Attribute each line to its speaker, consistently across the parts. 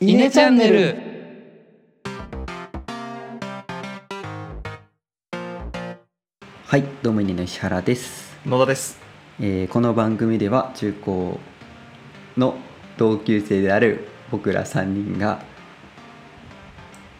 Speaker 1: イネチャンネル
Speaker 2: はいどうもイネの石原です、
Speaker 1: 野田です
Speaker 2: えーこの番組では中高の同級生である僕ら3人が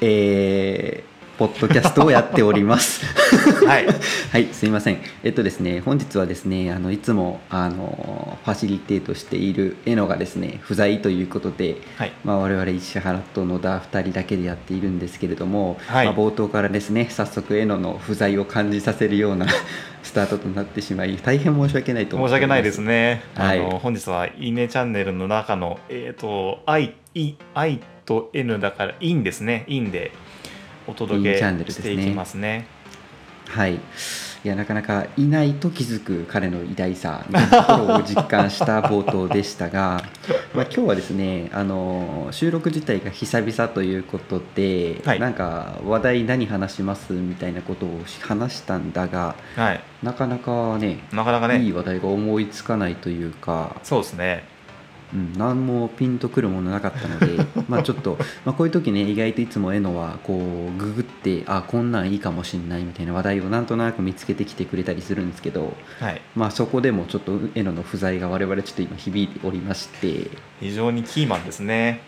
Speaker 2: えーポッドキャストをやっており ます。
Speaker 1: はい
Speaker 2: はい、すいません。えっとですね、本日はですね、あのいつもあのファシリテートしているエノがですね、不在ということで、
Speaker 1: はい
Speaker 2: まあ、我々石原と野田2人だけでやっているんですけれども、
Speaker 1: はい
Speaker 2: まあ、冒頭からですね早速えのの不在を感じさせるような スタートとなってしまい大変申し訳ないと思
Speaker 1: 申
Speaker 2: っ
Speaker 1: して訳
Speaker 2: おりま
Speaker 1: ないですね、
Speaker 2: はい
Speaker 1: あの本日は「イネチャンネル」の中のえっ、と「I」い「I」と「N」だから「イン」ですね「イン」でお届
Speaker 2: イ
Speaker 1: け
Speaker 2: ンチャンネルで
Speaker 1: し
Speaker 2: すね
Speaker 1: ていきますね
Speaker 2: はいいやなかなかいないと気づく彼の偉大さみたいなところを実感した冒頭でしたが まあ今日はですねあの収録自体が久々ということで、
Speaker 1: はい
Speaker 2: なんか話題何話しますみたいなことを話したんだが
Speaker 1: はい
Speaker 2: なかなかね
Speaker 1: なかなかね
Speaker 2: いい話題が思いつかないというか、
Speaker 1: そうですね
Speaker 2: うん、何もピンとくるものなかったの でまあちょっと、まあ、こういう時ね意外といつもえのはこうググってあこんなんいいかもしんないみたいな話題をなんとなく見つけてきてくれたりするんですけど、
Speaker 1: はい
Speaker 2: まあ、そこでもちょっとえのの不在が我々ちょっと今響いておりまして
Speaker 1: 非常にキーマンですね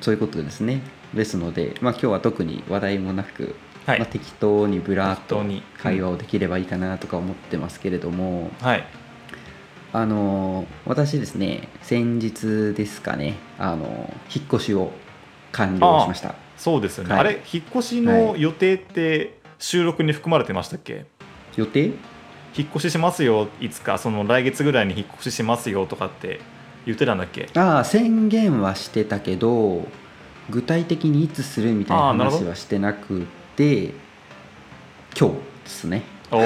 Speaker 2: そういうことですねですので、まあ、今日は特に話題もなく、
Speaker 1: はい、
Speaker 2: まあ、適当にぶらっと
Speaker 1: 適当に
Speaker 2: 会話をできればいいかなとか思ってますけれども、
Speaker 1: はい
Speaker 2: あの私ですね先日ですかねあの引っ越しを完了しました
Speaker 1: そうですよね、
Speaker 2: はい
Speaker 1: あれ引っ越しの予定って収録に含まれてましたっけ、
Speaker 2: 予定
Speaker 1: 引っ越ししますよいつかその来月ぐらいに引っ越ししますよとかって言ってたんだっけ
Speaker 2: ああ宣言はしてたけど具体的にいつするみたいな
Speaker 1: あーなるほど
Speaker 2: 話はしてなくて今日ですね
Speaker 1: おお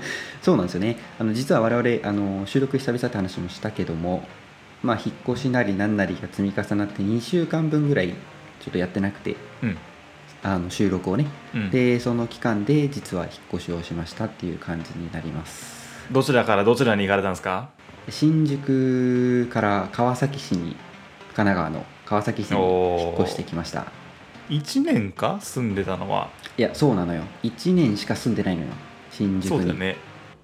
Speaker 2: そうなんですよねあの実は我々あの収録久々って話もしたけどもまあ引っ越しなりなんなりが積み重なって2週間分ぐらいちょっとやってなくて
Speaker 1: うん、
Speaker 2: あの収録をね
Speaker 1: うん、
Speaker 2: でその期間で実は引っ越しをしましたっていう感じになります
Speaker 1: どちらからどちらに行かれたんですか
Speaker 2: 新宿から川崎市に神奈川の川崎市に引っ越してきました
Speaker 1: 1年か住んでたのはい
Speaker 2: やそうなのよ1年しか住んでないのよ新宿
Speaker 1: そうだ
Speaker 2: に
Speaker 1: よね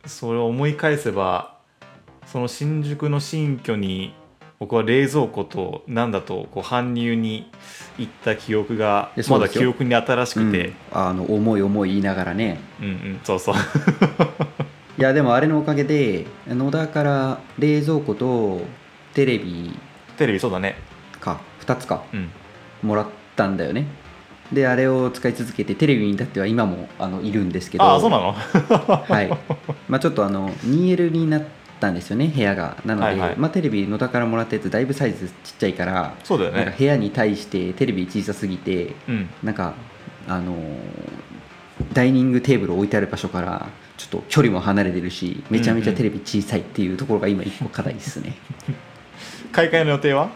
Speaker 1: それを思い返せばその新宿の新居に僕は冷蔵庫となんだとこう搬入に行った記憶が
Speaker 2: いやそ
Speaker 1: ま
Speaker 2: うで
Speaker 1: だ
Speaker 2: す
Speaker 1: 記
Speaker 2: よ
Speaker 1: 憶に新し
Speaker 2: う
Speaker 1: くて
Speaker 2: ん、あの思い思い言いながらね
Speaker 1: うん、うんそうそう
Speaker 2: いやでもあれのおかげで野田から冷蔵庫とテレビ
Speaker 1: テレビそうだね
Speaker 2: か2つか
Speaker 1: うん
Speaker 2: もらったんだよねであれを使い続けてテレビに至っては今もあのいるんですけど
Speaker 1: ああそうなの
Speaker 2: はいまあ、ちょっとあの 2L になったんですよね部屋がなので、
Speaker 1: はいはい
Speaker 2: まあ、テレビ野田からもらったやつだいぶサイズちっちゃいから、
Speaker 1: そうだよ
Speaker 2: なんか
Speaker 1: ね
Speaker 2: 部屋に対してテレビ小さすぎて
Speaker 1: うん
Speaker 2: なんかあのーダイニングテーブル置いてある場所からちょっと距離も離れてるしめちゃめちゃテレビ小さいっていうところが今一個課題ですね、
Speaker 1: 買い替えの予定はい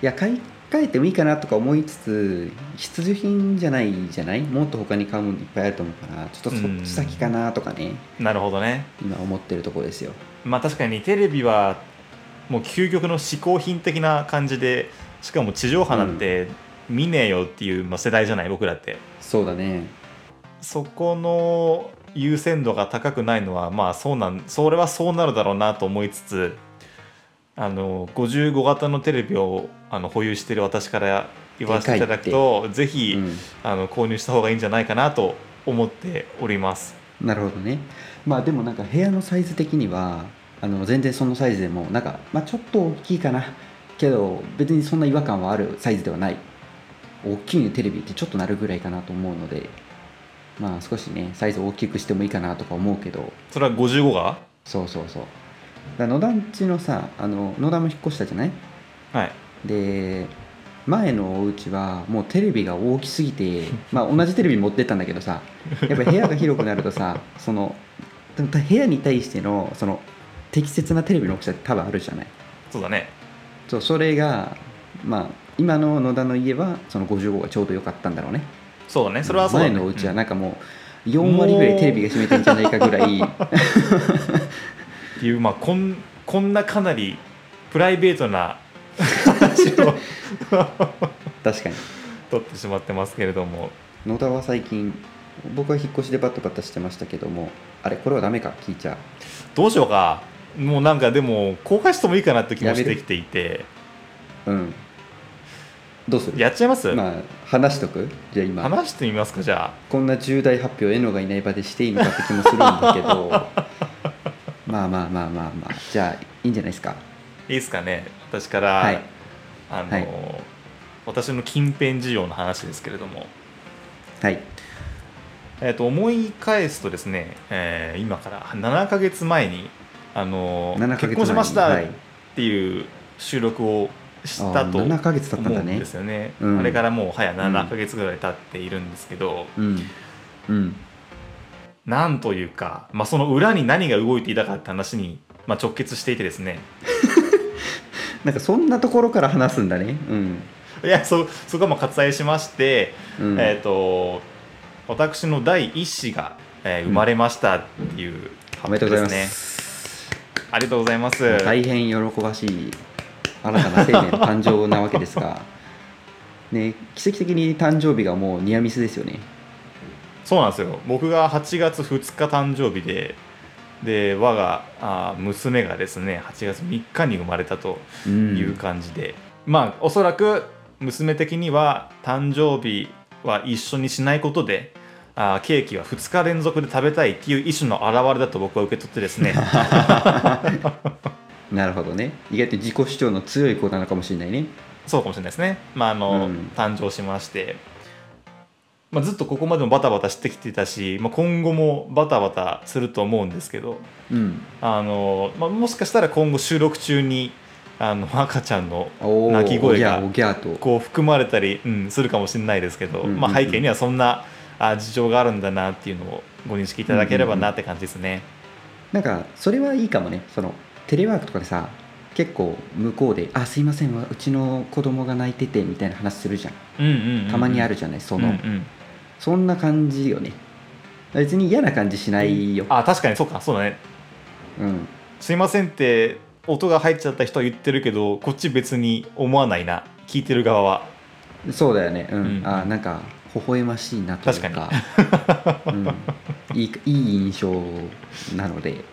Speaker 2: や買い替えてもいいかなとか思いつつ必需品じゃないじゃないもっと他に買うものいっぱいあると思うからちょっとそっち先かなとかね、
Speaker 1: なるほどね
Speaker 2: 今思ってるところですよ
Speaker 1: まあ確かにテレビはもう究極の嗜好品的な感じでしかも地上波なんて見ねえよっていう、まあ、世代じゃない僕らって
Speaker 2: そうだね
Speaker 1: そこの優先度が高くないのはまあそうなんそれはそうなるだろうなと思いつつあの55型のテレビをあの保有してる私から言わせていただくとぜひ、
Speaker 2: うん
Speaker 1: あの購入した方がいいんじゃないかなと思っております。
Speaker 2: なるほどねまあでもなんか部屋のサイズ的にはあの全然そのサイズでもなんか、まあ、ちょっと大きいかなけど別にそんな違和感はあるサイズではない大きいねテレビってちょっとなるぐらいかなと思うのでまあ少しねサイズ大きくしてもいいかなとか思うけど
Speaker 1: それは55が
Speaker 2: そうそうそうだから野田んちのさあの野田も引っ越したじゃない
Speaker 1: はい
Speaker 2: で前のお家はもうテレビが大きす ぎて、まあ、同じテレビ持ってったんだけどさやっぱ部屋が広くなるとさ そのでも部屋に対してのその適切なテレビの大きさって多分あるじゃない
Speaker 1: そうだね
Speaker 2: そうそれが、まあ、今の野田の家はその55がちょうど良かったんだろうね
Speaker 1: そうだねそれはそうだ、ね、
Speaker 2: 前のお家は
Speaker 1: うん
Speaker 2: なんかもう4割ぐらいテレビが占めてんじゃないかぐらい
Speaker 1: っていう、まあ、こんこんなかなりプライベートな話を
Speaker 2: 確かに
Speaker 1: 撮ってしまってますけれども
Speaker 2: 野田は最近僕は引っ越しでバタバタしてましたけどもあれこれはダメか聞いちゃ
Speaker 1: どうしようかもうなんかでも公開してもいいかなって気もしてきていて
Speaker 2: ううんどうする
Speaker 1: やっちゃいます、
Speaker 2: まあ話しとくじゃあ今
Speaker 1: 話してみますかじゃあ
Speaker 2: こんな重大発表をエノがいない場でしていいのかって気もするんだ けどまあまあまあまあまあじゃあいいんじゃないですか
Speaker 1: いいですかね私から、
Speaker 2: はい
Speaker 1: あの、
Speaker 2: はい
Speaker 1: 私の近辺事情の話ですけれども、
Speaker 2: はい
Speaker 1: えー、と思い返すとですね、えー今から7ヶ月前にあの
Speaker 2: 7ヶ月前
Speaker 1: 結
Speaker 2: に
Speaker 1: 婚しました
Speaker 2: はい
Speaker 1: っていう収録をした
Speaker 2: あ
Speaker 1: と
Speaker 2: 7ヶ月経っ
Speaker 1: 思
Speaker 2: たん
Speaker 1: う
Speaker 2: だ
Speaker 1: ん
Speaker 2: ね
Speaker 1: ですよね、
Speaker 2: うん
Speaker 1: あれからもう早
Speaker 2: うん
Speaker 1: 7ヶ月ぐらい経っているんですけど、
Speaker 2: うんうん
Speaker 1: なんというか、まあ、その裏に何が動いていたかって話に、まあ、直結していてですね
Speaker 2: なんかそんなところから話すんだねうん
Speaker 1: いやそそこはまあ割愛しまして、
Speaker 2: うん
Speaker 1: えー、と私の第一子が、えー生まれましたっていう
Speaker 2: お
Speaker 1: 発
Speaker 2: め
Speaker 1: 表
Speaker 2: でとうご
Speaker 1: で
Speaker 2: ざい
Speaker 1: す
Speaker 2: ま
Speaker 1: ね。
Speaker 2: す
Speaker 1: ありがとうございます。
Speaker 2: 大変喜ばしい新たな生命の誕生なわけですがね奇跡的に誕生日がもうニアミスですよね
Speaker 1: そうなんですよ僕が8月2日誕生日でで我があー娘がですね8月3日に生まれたと
Speaker 2: うん
Speaker 1: いう感じで、まあおそらく娘的には誕生日は一緒にしないことであーケーキは2日連続で食べたいっていう意思の表れだと僕は受け取ってです ね
Speaker 2: なるほどね意外と自己主張の強い子なのかもしれないね
Speaker 1: そうかもしれないですね、まああの
Speaker 2: うん
Speaker 1: 誕生しまして、まあ、ずっとここまでもバタバタしてきてたし、まあ、今後もバタバタすると思うんですけど
Speaker 2: うん
Speaker 1: あの、まあ、もしかしたら今後収録中にあの赤ちゃんの
Speaker 2: おー
Speaker 1: 鳴き声が
Speaker 2: おぎゃーおぎゃーと
Speaker 1: こう含まれたり、うん、するかもしれないですけど、
Speaker 2: うんうんうん
Speaker 1: まあ、背景にはそんなあ事情があるんだなっていうのをご認識いただければなって感じですね。
Speaker 2: なんかそれはいいかもねそのテレワークとかでさ結構向こうで「あすいませんうちの子供が泣いてて」みたいな話するじゃん
Speaker 1: うんうんうん
Speaker 2: たまにあるじゃない、
Speaker 1: う
Speaker 2: そ
Speaker 1: んう
Speaker 2: の、
Speaker 1: ん
Speaker 2: そんな感じよね別に嫌な感じしないよ、
Speaker 1: あ確かにそうかそうだね
Speaker 2: うん、
Speaker 1: すいませんって音が入っちゃった人は言ってるけどこっち別に思わないな聞いてる側は
Speaker 2: そうだよね、うん
Speaker 1: うん
Speaker 2: あなんか微笑ましいなというかうん、いいいい印象なので、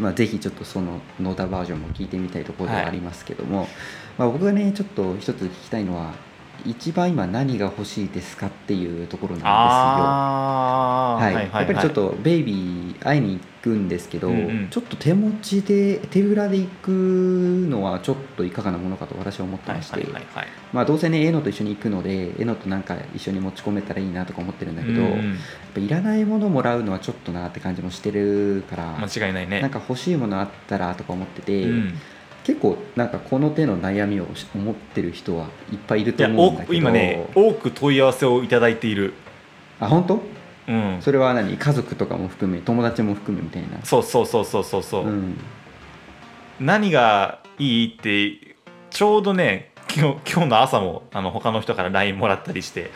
Speaker 2: まあ、ぜひちょっとその野田バージョンも聞いてみたいところではありますけども、まあ、僕がねちょっと一つ聞きたいのは一番今何が欲しいですかっていうところなんですよ。
Speaker 1: あー
Speaker 2: はいやっぱりちょっとベイビー会いに行くんですけど、
Speaker 1: うんうん
Speaker 2: ちょっと手持ちで手ぶらで行くのはちょっといかがなものかと私は思って
Speaker 1: はい
Speaker 2: まし
Speaker 1: は
Speaker 2: て、
Speaker 1: いはいはい
Speaker 2: まあ、どうせねえのと一緒に行くのでえのとなんか一緒に持ち込めたらいいなとか思ってるんだけど、
Speaker 1: うんう
Speaker 2: やっ
Speaker 1: ん
Speaker 2: ぱいらないものもらうのはちょっとなって感じもしてるから、
Speaker 1: 間違いないね
Speaker 2: なんか欲しいものあったらとか思ってて、
Speaker 1: うん
Speaker 2: 結構なんかこの手の悩みをし思ってる人はいっぱいいる
Speaker 1: い
Speaker 2: と
Speaker 1: や
Speaker 2: 思うんだ
Speaker 1: 多
Speaker 2: け
Speaker 1: く
Speaker 2: ど
Speaker 1: 今ね多く問い合わせをいただいている、
Speaker 2: あ本当
Speaker 1: うん、
Speaker 2: それは何家族とかも含め友達も含めみたいな
Speaker 1: そうそうそうそうそうそう、
Speaker 2: ん、
Speaker 1: 何がいいってちょうどね今日今日の朝もあの他の人から LINE もらったりして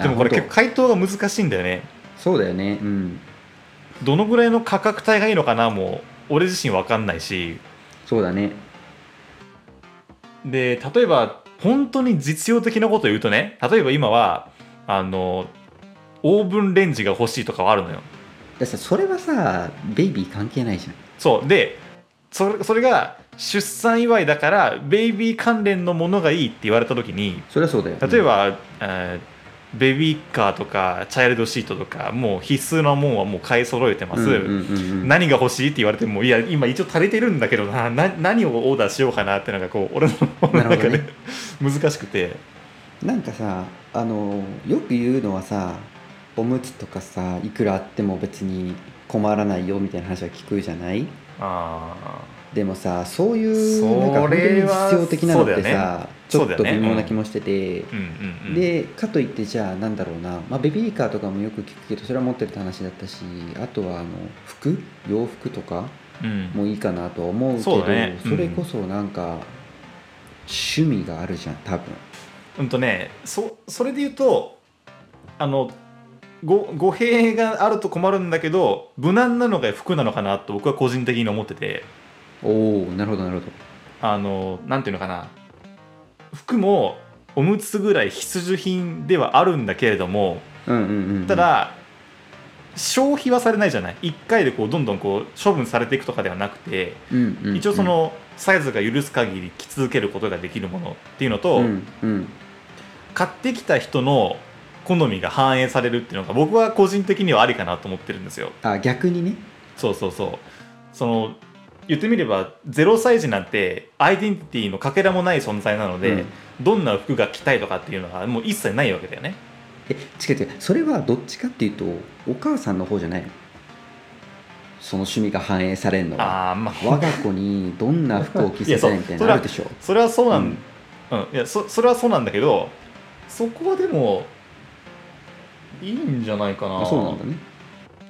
Speaker 1: でもこれ
Speaker 2: あ
Speaker 1: 結
Speaker 2: 本
Speaker 1: 構回答が難しいんだよね
Speaker 2: 当そうだよねうん
Speaker 1: どのぐらいの価格帯がいいのかなもう俺自身分かんないし
Speaker 2: そうだね
Speaker 1: で例えば本当に実用的なことを言うとね例えば今はあのオーブンレンジが欲しいとかはあるのよ
Speaker 2: だってさそれはさベイビー関係ないじゃん
Speaker 1: そうでそれそれが出産祝いだからベイビー関連のものがいいって言われた時に
Speaker 2: それはそうだよ
Speaker 1: 例え、ば、えーベビーカーとかチャイルドシートとかもう必須なもんはもう買い揃えてま
Speaker 2: う
Speaker 1: す、
Speaker 2: んうんうんうん、
Speaker 1: 何が欲しいって言われてもいや今一応足りてるんだけどなな何をオーダーしようかなってなんかこう 俺の
Speaker 2: なる
Speaker 1: 中
Speaker 2: ほど
Speaker 1: で、
Speaker 2: ね
Speaker 1: 難しくて
Speaker 2: なんかさあのよく言うのはさおむつとかさいくらあっても別に困らないよみたいな話は聞くじゃない
Speaker 1: ああ
Speaker 2: でもさそういう
Speaker 1: それは
Speaker 2: なんか本当に必要的なのって
Speaker 1: そうだよ
Speaker 2: さ、ち
Speaker 1: そ
Speaker 2: ょ
Speaker 1: うだよ
Speaker 2: っと
Speaker 1: ね
Speaker 2: 微妙な気もしてて、
Speaker 1: うんうんうん、
Speaker 2: でかといってじゃあなんだろうな、まあ、ベビーカーとかもよく聞くけどそれは持ってるって話だったしあとはあの服洋服とか
Speaker 1: うん
Speaker 2: もいいかなとは思うけ
Speaker 1: そう
Speaker 2: ど
Speaker 1: だねうん
Speaker 2: それこそなんか趣味があるじゃん多分
Speaker 1: うんとねそそれで言うとあのご語弊があると困るんだけど無難なのが服なのかなと僕は個人的に思ってて
Speaker 2: おおなるほどなるほど
Speaker 1: あのなんていうのかな服もおむつぐらい必需品ではあるんだけれども
Speaker 2: うんうんうんうん
Speaker 1: ただ消費はされないじゃない1回でこうどんどんこう処分されていくとかではなくて
Speaker 2: うんうんうん
Speaker 1: 一応そのサイズが許す限り着続けることができるものっていうのと、
Speaker 2: うんうん
Speaker 1: 買ってきた人の好みが反映されるっていうのが僕は個人的にはありかなと思ってるんですよ
Speaker 2: あ逆にね
Speaker 1: そうそうそうその言ってみればゼロ歳児なんてアイデンティティのかけらもない存在なので、
Speaker 2: うん
Speaker 1: どんな服が着たいとかっていうのはもう一切ないわけだよね
Speaker 2: え違う違うそれはどっちかっていうとお母さんの方じゃないのその趣味が反映されるのは
Speaker 1: ああまあ
Speaker 2: 我が子にどんな服を着せたいみたいなのあるでしょ
Speaker 1: それはそうなん、
Speaker 2: う
Speaker 1: うんんいやそそれはそうなんだけどそこはでもいいんじゃないかな
Speaker 2: あそうなんだね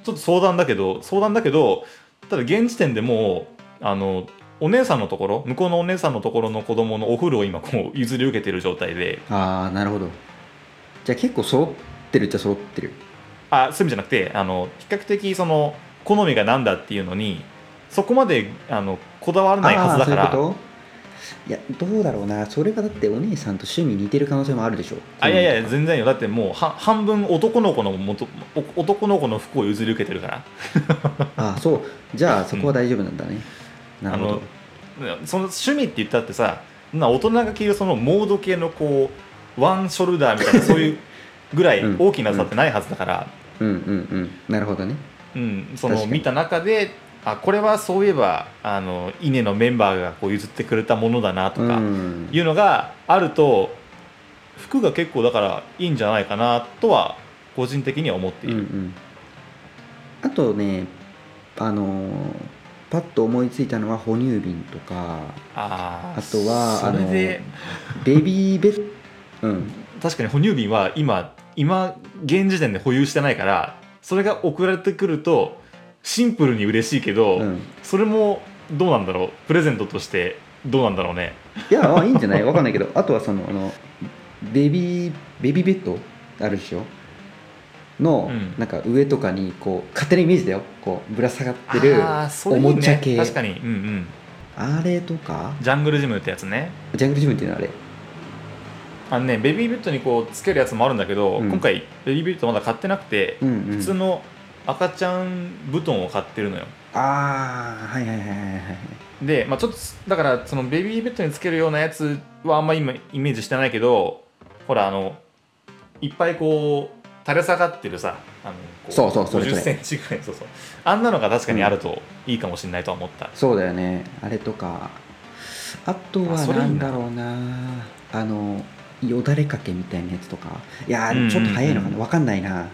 Speaker 1: ちょっと相談だけど相談だけどただ現時点でもうあのお姉さんのところ向こうのお姉さんのところの子供のお風呂を今こう譲り受けてる状態で
Speaker 2: ああなるほどじゃあ結構揃ってるっちゃ揃ってる
Speaker 1: あそういう意味じゃなくてあの比較的その好みがなんだっていうのにそこまであのこだわらないはずだから
Speaker 2: あーそういうこといやどうだろうなそれがだってお姉さんと趣味似てる可能性もあるでしょ
Speaker 1: あいやいや
Speaker 2: や
Speaker 1: 全然よだってもうは半分男の子のもとお男の子の服を譲り受けてるから
Speaker 2: あそうじゃあそこは大丈夫なんだね、なるほど
Speaker 1: その趣味って言ったってさそんな大人が着るそのモード系のこうワンショルダー みたいなそういうぐらい
Speaker 2: うん
Speaker 1: 大きな差ってないはずだから、
Speaker 2: うんうんうんなるほどね
Speaker 1: うん、そ
Speaker 2: 確
Speaker 1: の
Speaker 2: かに
Speaker 1: 見た中であこれはそういえばあのイネのメンバーがこう譲ってくれたものだなと
Speaker 2: う
Speaker 1: か
Speaker 2: ん
Speaker 1: いうのがあると服が結構だからいいんじゃないかなとは個人的には思ってい
Speaker 2: うんう
Speaker 1: る。
Speaker 2: ん、あとねあのーパッと思いついたのは哺乳瓶と か
Speaker 1: あー
Speaker 2: あとは
Speaker 1: それで
Speaker 2: ベビーベッド、うん、
Speaker 1: 確かに哺乳瓶は今今現時点で保有してないからそれが送られてくるとシンプルに嬉しいけど、
Speaker 2: うん、
Speaker 1: それもどうなんだろうプレゼントとしてどうなんだろうね
Speaker 2: いやあいいんじゃないわかんないけどあ とはそのあのベビーベビーベッドあるでしょの、
Speaker 1: うん
Speaker 2: なんか上とかにこう勝手なイメージだよこうぶら下がってる
Speaker 1: あー
Speaker 2: あ
Speaker 1: それいいね
Speaker 2: おもちゃ系
Speaker 1: 確かに、うんうん、
Speaker 2: れとか
Speaker 1: ジャングルジムってやつね
Speaker 2: ジャングルジムっていうのはあれ
Speaker 1: あのねベビーベッドにこうつけるやつもあるんだけど、
Speaker 2: うん
Speaker 1: 今回ベビーベッドまだ買ってなくて、
Speaker 2: うんう
Speaker 1: 普通
Speaker 2: ん
Speaker 1: の赤ちゃん布団を買ってるのよ
Speaker 2: ああはいはいはいはいはい
Speaker 1: で、まあ、ちょっとだからそのベビーベッドにつけるようなやつはあんま今イメージしてないけどほらあのいっぱいこう垂れ下がってるさあのこ
Speaker 2: そうそうそれそ
Speaker 1: 50
Speaker 2: れ
Speaker 1: センチぐらいそうそうあんなのが確かにあるといいかもしれないとは思った、
Speaker 2: そうだよねあれとかあと
Speaker 1: あ
Speaker 2: は
Speaker 1: それいい
Speaker 2: な
Speaker 1: なん
Speaker 2: だろうなあのよだれかけみたいなやつとかいや
Speaker 1: うんうんう
Speaker 2: ー
Speaker 1: ん
Speaker 2: ちょっと早いのかなわかんないな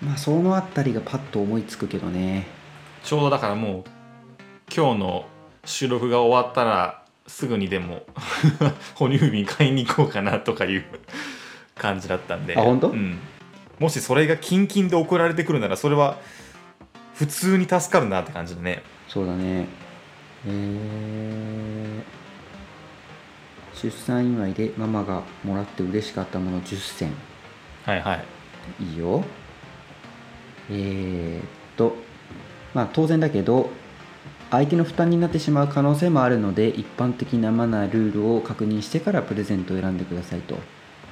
Speaker 2: まあそのあたりがパッと思いつくけどね
Speaker 1: ちょうどだからもう今日の収録が終わったらすぐにでも 哺乳瓶買いに行こうかなとかいう 感じだったんで
Speaker 2: あ本当
Speaker 1: うん、もしそれがキンキンで送られてくるならそれは普通に助かるなって感じだね
Speaker 2: そうだねえー出産祝いでママがもらって嬉しかったもの10選
Speaker 1: はいはい
Speaker 2: いいよえー、っとまあ当然だけど相手の負担になってしまう可能性もあるので一般的なマナールールを確認してからプレゼントを選んでくださいと、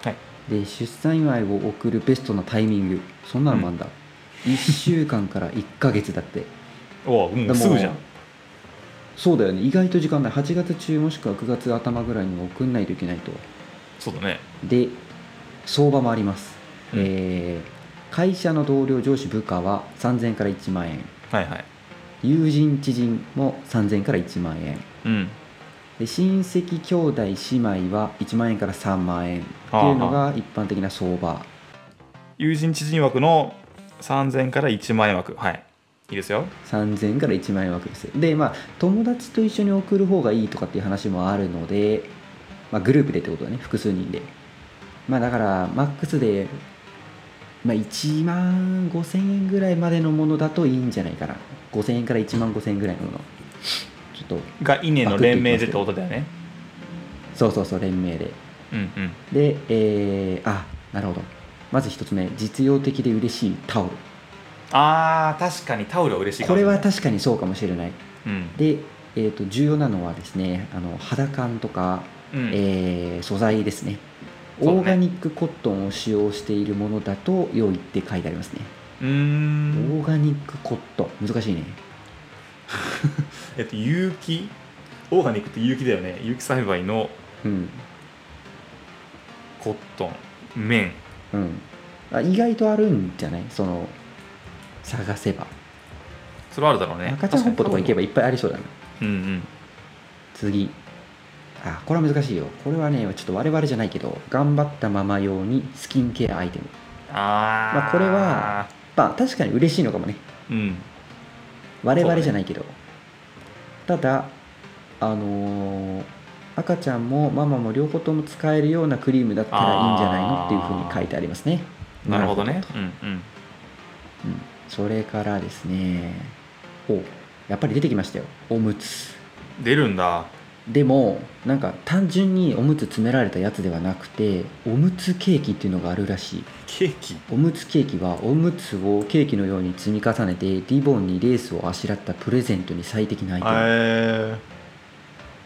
Speaker 1: はい
Speaker 2: で出産祝いを送るベストなタイミングそんなのもあんだ、1週間から1ヶ月だって
Speaker 1: おうもうすぐじゃん
Speaker 2: そうだよね意外と時間ない8月中もしくは9月頭ぐらいには送んないといけないと
Speaker 1: そうだね
Speaker 2: で相場もあります、
Speaker 1: うん
Speaker 2: えー会社の同僚上司部下は3000から1万円
Speaker 1: はいはい
Speaker 2: 友人知人も3000から1万円
Speaker 1: うん
Speaker 2: で親戚兄弟姉妹は1万円から3万円っていうのが一般的な相場
Speaker 1: 友人知人枠の3000から1万円枠はいいいですよ
Speaker 2: 3000から1万円枠ですでまあ友達と一緒に送る方がいいとかっていう話もあるので、まあ、グループでってことだね複数人でまあだからマックスで、まあ、1万5000円ぐらいまでのものだといいんじゃないかな5000円から1万5000円ぐらいのものちょっと
Speaker 1: がイネの連名でってことだよね
Speaker 2: そうそうそう連名で
Speaker 1: うんうん
Speaker 2: でえー、あなるほどまず一つ目実用的で嬉しいタオル
Speaker 1: あー確かにタオルは嬉しいか
Speaker 2: こ
Speaker 1: もし
Speaker 2: れ
Speaker 1: ない
Speaker 2: は確かにそうかもしれない
Speaker 1: うん
Speaker 2: で、えー、と重要なのはですねあの肌感とか
Speaker 1: うん
Speaker 2: えー素材ですね
Speaker 1: そうね
Speaker 2: オーガニックコットンを使用しているものだと良いって書いてありますね、
Speaker 1: うーん
Speaker 2: オーガニックコットン難しいね
Speaker 1: えっと有機オーガニックって有機だよね有機栽培の
Speaker 2: うん
Speaker 1: コットン綿
Speaker 2: うんあ意外とあるんじゃないその探せば
Speaker 1: それはあるだろうね
Speaker 2: 赤ちゃん本舗とか行けば
Speaker 1: い
Speaker 2: いっぱいありそうだな
Speaker 1: うんうん
Speaker 2: 次あこれは難しいよこれはねちょっと我々じゃないけど頑張ったママ用にスキンケアアイテム
Speaker 1: あー、
Speaker 2: まあこれはまあ確かに嬉しいのかもね
Speaker 1: うん
Speaker 2: 我々じゃないけど、ただあのー赤ちゃんもママも両方とも使えるようなクリームだったらいいんじゃないの
Speaker 1: あー
Speaker 2: っていうふうに書いてありますね
Speaker 1: なるほどね
Speaker 2: と
Speaker 1: うんうん
Speaker 2: うんそれからですねおやっぱり出てきましたよおむつ
Speaker 1: 出るんだ
Speaker 2: でもなんか単純におむつ詰められたやつではなくておむつケーキっていうのがあるらしい
Speaker 1: ケーキ
Speaker 2: おむつケーキはおむつをケーキのように積み重ねてリボンにレースをあしらったプレゼントに最適なアイテム
Speaker 1: え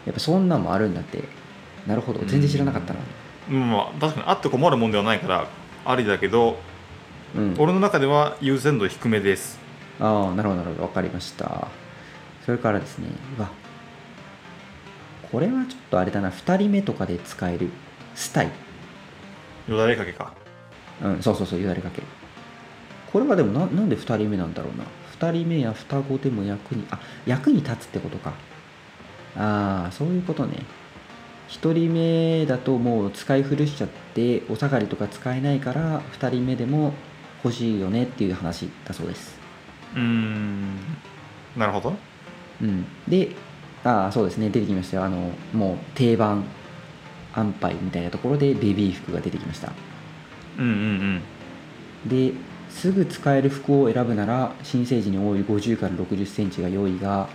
Speaker 2: やっぱそんなんもあるんだってなるほど
Speaker 1: うん
Speaker 2: 全然知らなかったな
Speaker 1: ー、まあ確かにあって困るもんではないからありだけど
Speaker 2: うん、
Speaker 1: 俺の中では優先度低めです
Speaker 2: ああなるほどなるほど分かりましたそれからですねうわこれはちょっとあれだな2人目とかで使えるスタイ
Speaker 1: よだれかけか
Speaker 2: うんそうそうそうよだれかけこれはでもななんで2人目なんだろうな2人目や双子でも役にあ役に立つってことかああそういうことね1人目だともう使い古しちゃってお下がりとか使えないから2人目でも欲しいよねっていう話だそうです
Speaker 1: うーんなるほど
Speaker 2: うんでああそうですね出てきましたよあのもう定番安牌みたいなところでベビー服が出てきました
Speaker 1: うんうん
Speaker 2: ですぐ使える服を選ぶなら新生児に多い50から60センチが良いが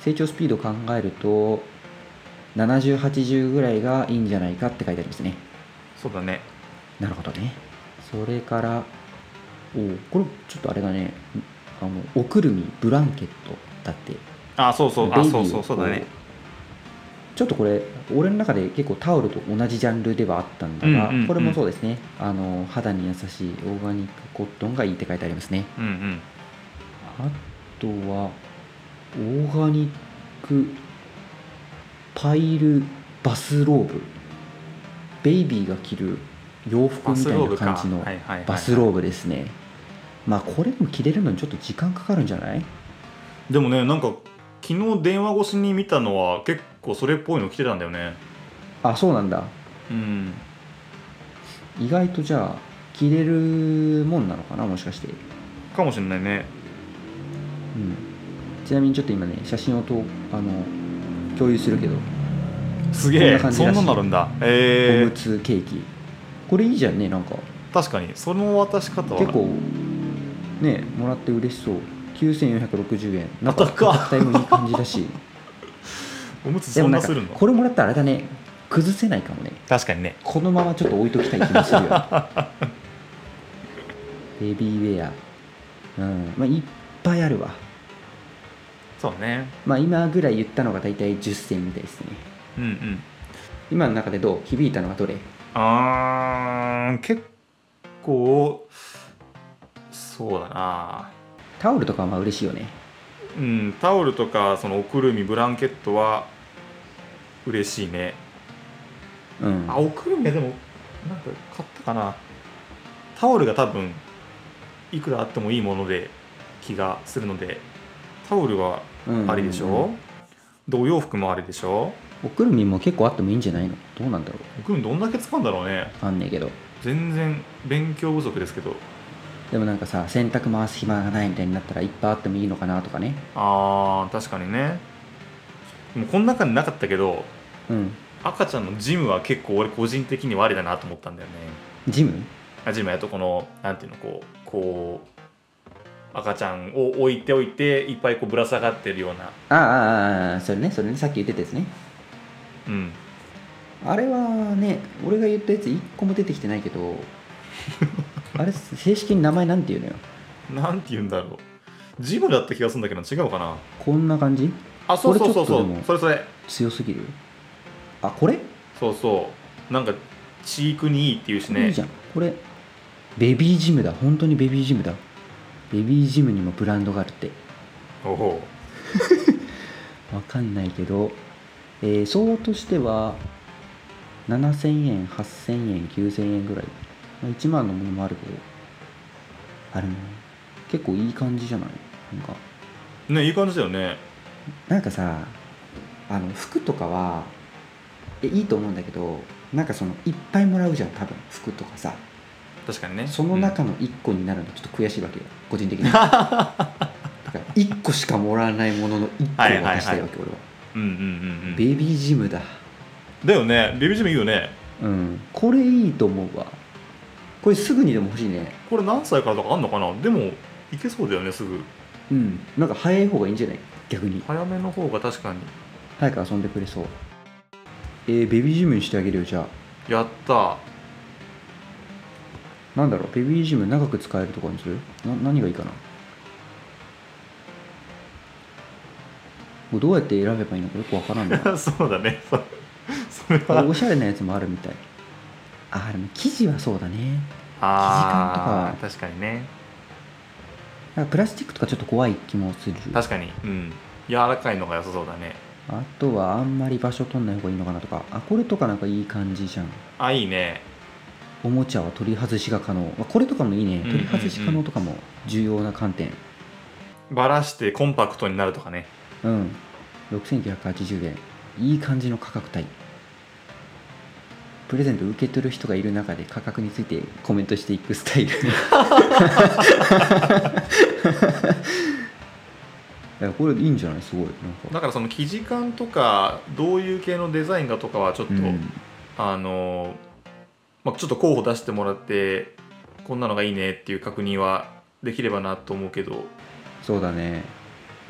Speaker 2: 成長スピードを考えると7080ぐらいがいいんじゃないかって書いてありますね
Speaker 1: そうだね
Speaker 2: なるほどねそれからおうこれちょっとあれだねあのおくるみブランケットだって
Speaker 1: あそうそう
Speaker 2: ベ
Speaker 1: あ
Speaker 2: イビー
Speaker 1: そう
Speaker 2: を
Speaker 1: そうそうだね
Speaker 2: こうちょっとこれ俺の中で結構タオルと同じジャンルではあったんだが、
Speaker 1: うんうんうん
Speaker 2: これもそうですねあの肌に優しいオーガニックコットンがいいって書いてありますね
Speaker 1: うんうん
Speaker 2: あとはオーガニックパイルバスローブベイビーが着る洋服
Speaker 1: バ
Speaker 2: み
Speaker 1: ス
Speaker 2: た
Speaker 1: ロ
Speaker 2: い
Speaker 1: ー
Speaker 2: な
Speaker 1: ブか
Speaker 2: 感じの
Speaker 1: はいはいはい
Speaker 2: バスローブですねまあこれでも着れるのにちょっと時間かかるんじゃない
Speaker 1: でもねなんか昨日電話越しに見たのは結構それっぽいの着てたんだよね
Speaker 2: あそうなんだ
Speaker 1: うん
Speaker 2: 意外とじゃあ着れるもんなのかなもしかして、
Speaker 1: かもしれないね
Speaker 2: うん、ちなみにちょっと今ね写真をとあの共有するけど
Speaker 1: すげえ
Speaker 2: こんな感じ
Speaker 1: そん
Speaker 2: らしい
Speaker 1: なんなるんだ
Speaker 2: お
Speaker 1: え
Speaker 2: む
Speaker 1: ー、
Speaker 2: つケーキこれいいじゃんねなんか
Speaker 1: 確かにその渡し方は
Speaker 2: 結構ねもらって嬉しそう9460円な
Speaker 1: あ
Speaker 2: んか
Speaker 1: 高っ
Speaker 2: 価格帯もいい感じだし
Speaker 1: おむつ
Speaker 2: で
Speaker 1: そ
Speaker 2: も
Speaker 1: んな
Speaker 2: な
Speaker 1: ん
Speaker 2: か
Speaker 1: するの
Speaker 2: これもらったらあれだね崩せないかもね
Speaker 1: 確かにね
Speaker 2: このままちょっと置いときたい気 もするよベビーウェアうんまあいっぱいあるわ
Speaker 1: そうね
Speaker 2: まあ今ぐらい言ったのが大体10選みたいですね
Speaker 1: うんうん
Speaker 2: 今の中でどう響いたのはどれ
Speaker 1: あー結構そうだな
Speaker 2: タオルとかはまあ嬉しいよね
Speaker 1: うんタオルとかそのおくるみブランケットは嬉しいね
Speaker 2: うん
Speaker 1: あおくるみはでもなんか買ったかなタオルが多分いくらあってもいいもので気がするのでタオルは
Speaker 2: うん
Speaker 1: ありでしょ、でお洋服もありでしょ
Speaker 2: おくるみも結構あってもいいんじゃないのどうなんだろう
Speaker 1: おくるみどんだけ使うんだろうね
Speaker 2: わかんねえけど
Speaker 1: 全然勉強不足ですけど
Speaker 2: でもなんかさ洗濯回す暇がないみたいになったらいっぱいあってもいいのかなとかね
Speaker 1: あー確かにねでもこの中になかったけど
Speaker 2: うん
Speaker 1: 赤ちゃんのジムは結構俺個人的にはありだなと思ったんだよね
Speaker 2: ジム
Speaker 1: あジムやとこのなんていうのこうこう赤ちゃんを置いておいていっぱいこうぶら下がってるような
Speaker 2: ああああああそれねそれねさっき言ってたやつね
Speaker 1: うん
Speaker 2: あれはね俺が言ったやつ一個も出てきてないけどあれ正式に名前なんて言うのよ
Speaker 1: なんて言うんだろうジムだった気がするんだけど違うかな
Speaker 2: こんな感じ
Speaker 1: あそうそうそうそ
Speaker 2: これちょっとで
Speaker 1: う
Speaker 2: も
Speaker 1: それそれ
Speaker 2: 強すぎるあこれ
Speaker 1: そうそうなんか飼育にいいっていうし
Speaker 2: い
Speaker 1: ね
Speaker 2: いじゃんこれベビージムだ本当にベビージムだベビージムにもブランドがあるって
Speaker 1: おお
Speaker 2: わかんないけど、えー相場としては7000円8000円9000円ぐらい、まあ、1万のものもあるけどあれも結構いい感じじゃないなんか
Speaker 1: ねいい感じだよね
Speaker 2: なんかさあの服とかはいやいいと思うんだけどなんかそのいっぱいもらうじゃん多分服とかさ
Speaker 1: 確かにね
Speaker 2: その中の1個になるのちょっと悔しいわけよ個人的 にだから1個しかもらわないものの1個を渡したいわけ、俺は
Speaker 1: うん、うんうんうん
Speaker 2: ベビージムだ
Speaker 1: うんだよねベビージムいいよね
Speaker 2: うんこれいいと思うわこれすぐにでも欲しいね
Speaker 1: これ何歳からとかあんのかなでもいけそうだよねすぐ
Speaker 2: うんなんか早い方がいいんじゃない逆に
Speaker 1: 早めの方が確かに
Speaker 2: 早く遊んでくれそうえー、ベビージムにしてあげるよじゃあ
Speaker 1: やった
Speaker 2: なんだろうベビージム長く使えるとかにするな何がいいかなもうどうやって選べばいいのかよくわからんな
Speaker 1: そうだねそそれ
Speaker 2: あ
Speaker 1: は
Speaker 2: おしゃれなやつもあるみたいあでも生地はそうだね
Speaker 1: あ
Speaker 2: 生地感
Speaker 1: あ確かにね
Speaker 2: なんかプラスチックとかちょっと怖い気もする
Speaker 1: 確かにうん柔らかいのが良さそうだね
Speaker 2: あとはあんまり場所取んない方がいいのかなとかあこれとかなんかいい感じじゃん
Speaker 1: あいいね
Speaker 2: おもちゃは取り外しが可能、まあ、これとかもいいね
Speaker 1: んうん
Speaker 2: 取り外し可能とかも重要な観点
Speaker 1: バラしてコンパクトになるとかね
Speaker 2: うん6980円いい感じの価格帯プレゼント受け取る人がいる中で価格についてコメントしていくス タイルだからこれいいんじゃないすごいなんか
Speaker 1: だからその生地感とかどういう系のデザインかとかはちょっと、
Speaker 2: うん
Speaker 1: あのまあ、ちょっと候補出してもらってこんなのがいいねっていう確認はできればなと思うけど
Speaker 2: そうだね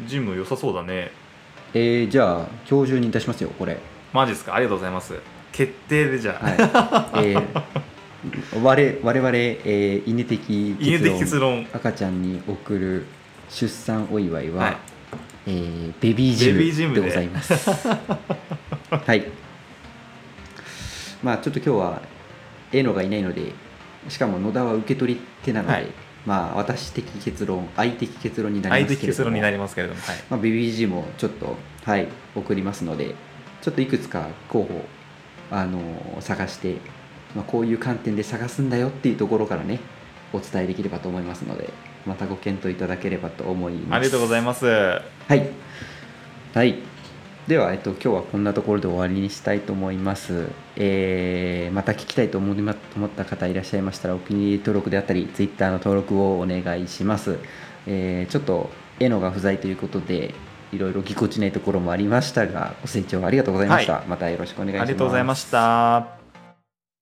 Speaker 1: ジム良さそうだね
Speaker 2: えー、じゃあ今日中に出しますよこれ
Speaker 1: マジですかありがとうございます決定でじゃあ、
Speaker 2: はい、えー、我我々、えー、犬的
Speaker 1: 家
Speaker 2: 結
Speaker 1: 的
Speaker 2: 論
Speaker 1: 結論
Speaker 2: 赤ちゃんに送る出産お祝いは、
Speaker 1: はい
Speaker 2: えーベビージ
Speaker 1: ベビージ
Speaker 2: ム
Speaker 1: ム
Speaker 2: で
Speaker 1: で
Speaker 2: ございます はいまあちょっと今日はえのがいないのでしかも野田は受け取り手なので、
Speaker 1: はい
Speaker 2: まあ私的結論愛的結論にな
Speaker 1: 相
Speaker 2: りま
Speaker 1: 手
Speaker 2: すけれ
Speaker 1: 結
Speaker 2: ど
Speaker 1: 論
Speaker 2: も
Speaker 1: になりますけれども、はい、
Speaker 2: まあ、BBG もちょっと、はい、送りますのでちょっといくつか候補、あのー探して、まあ、こういう観点で探すんだよっていうところからねお伝えできればと思いますのでまたご検討いただければと思います
Speaker 1: ありがとうございます
Speaker 2: はい、はい、では、えっと、今日はこんなところで終わりにしたいと思います、えーまた聞きたいと思いま思った方いらっしゃいましたらお気に入り登録であったり Twitter の登録をお願いします、えーちょっとえのが不在ということでいろいろぎこちないところもありましたがご清聴ありがとうございました、またよろしくお願いします
Speaker 1: ありがとうございました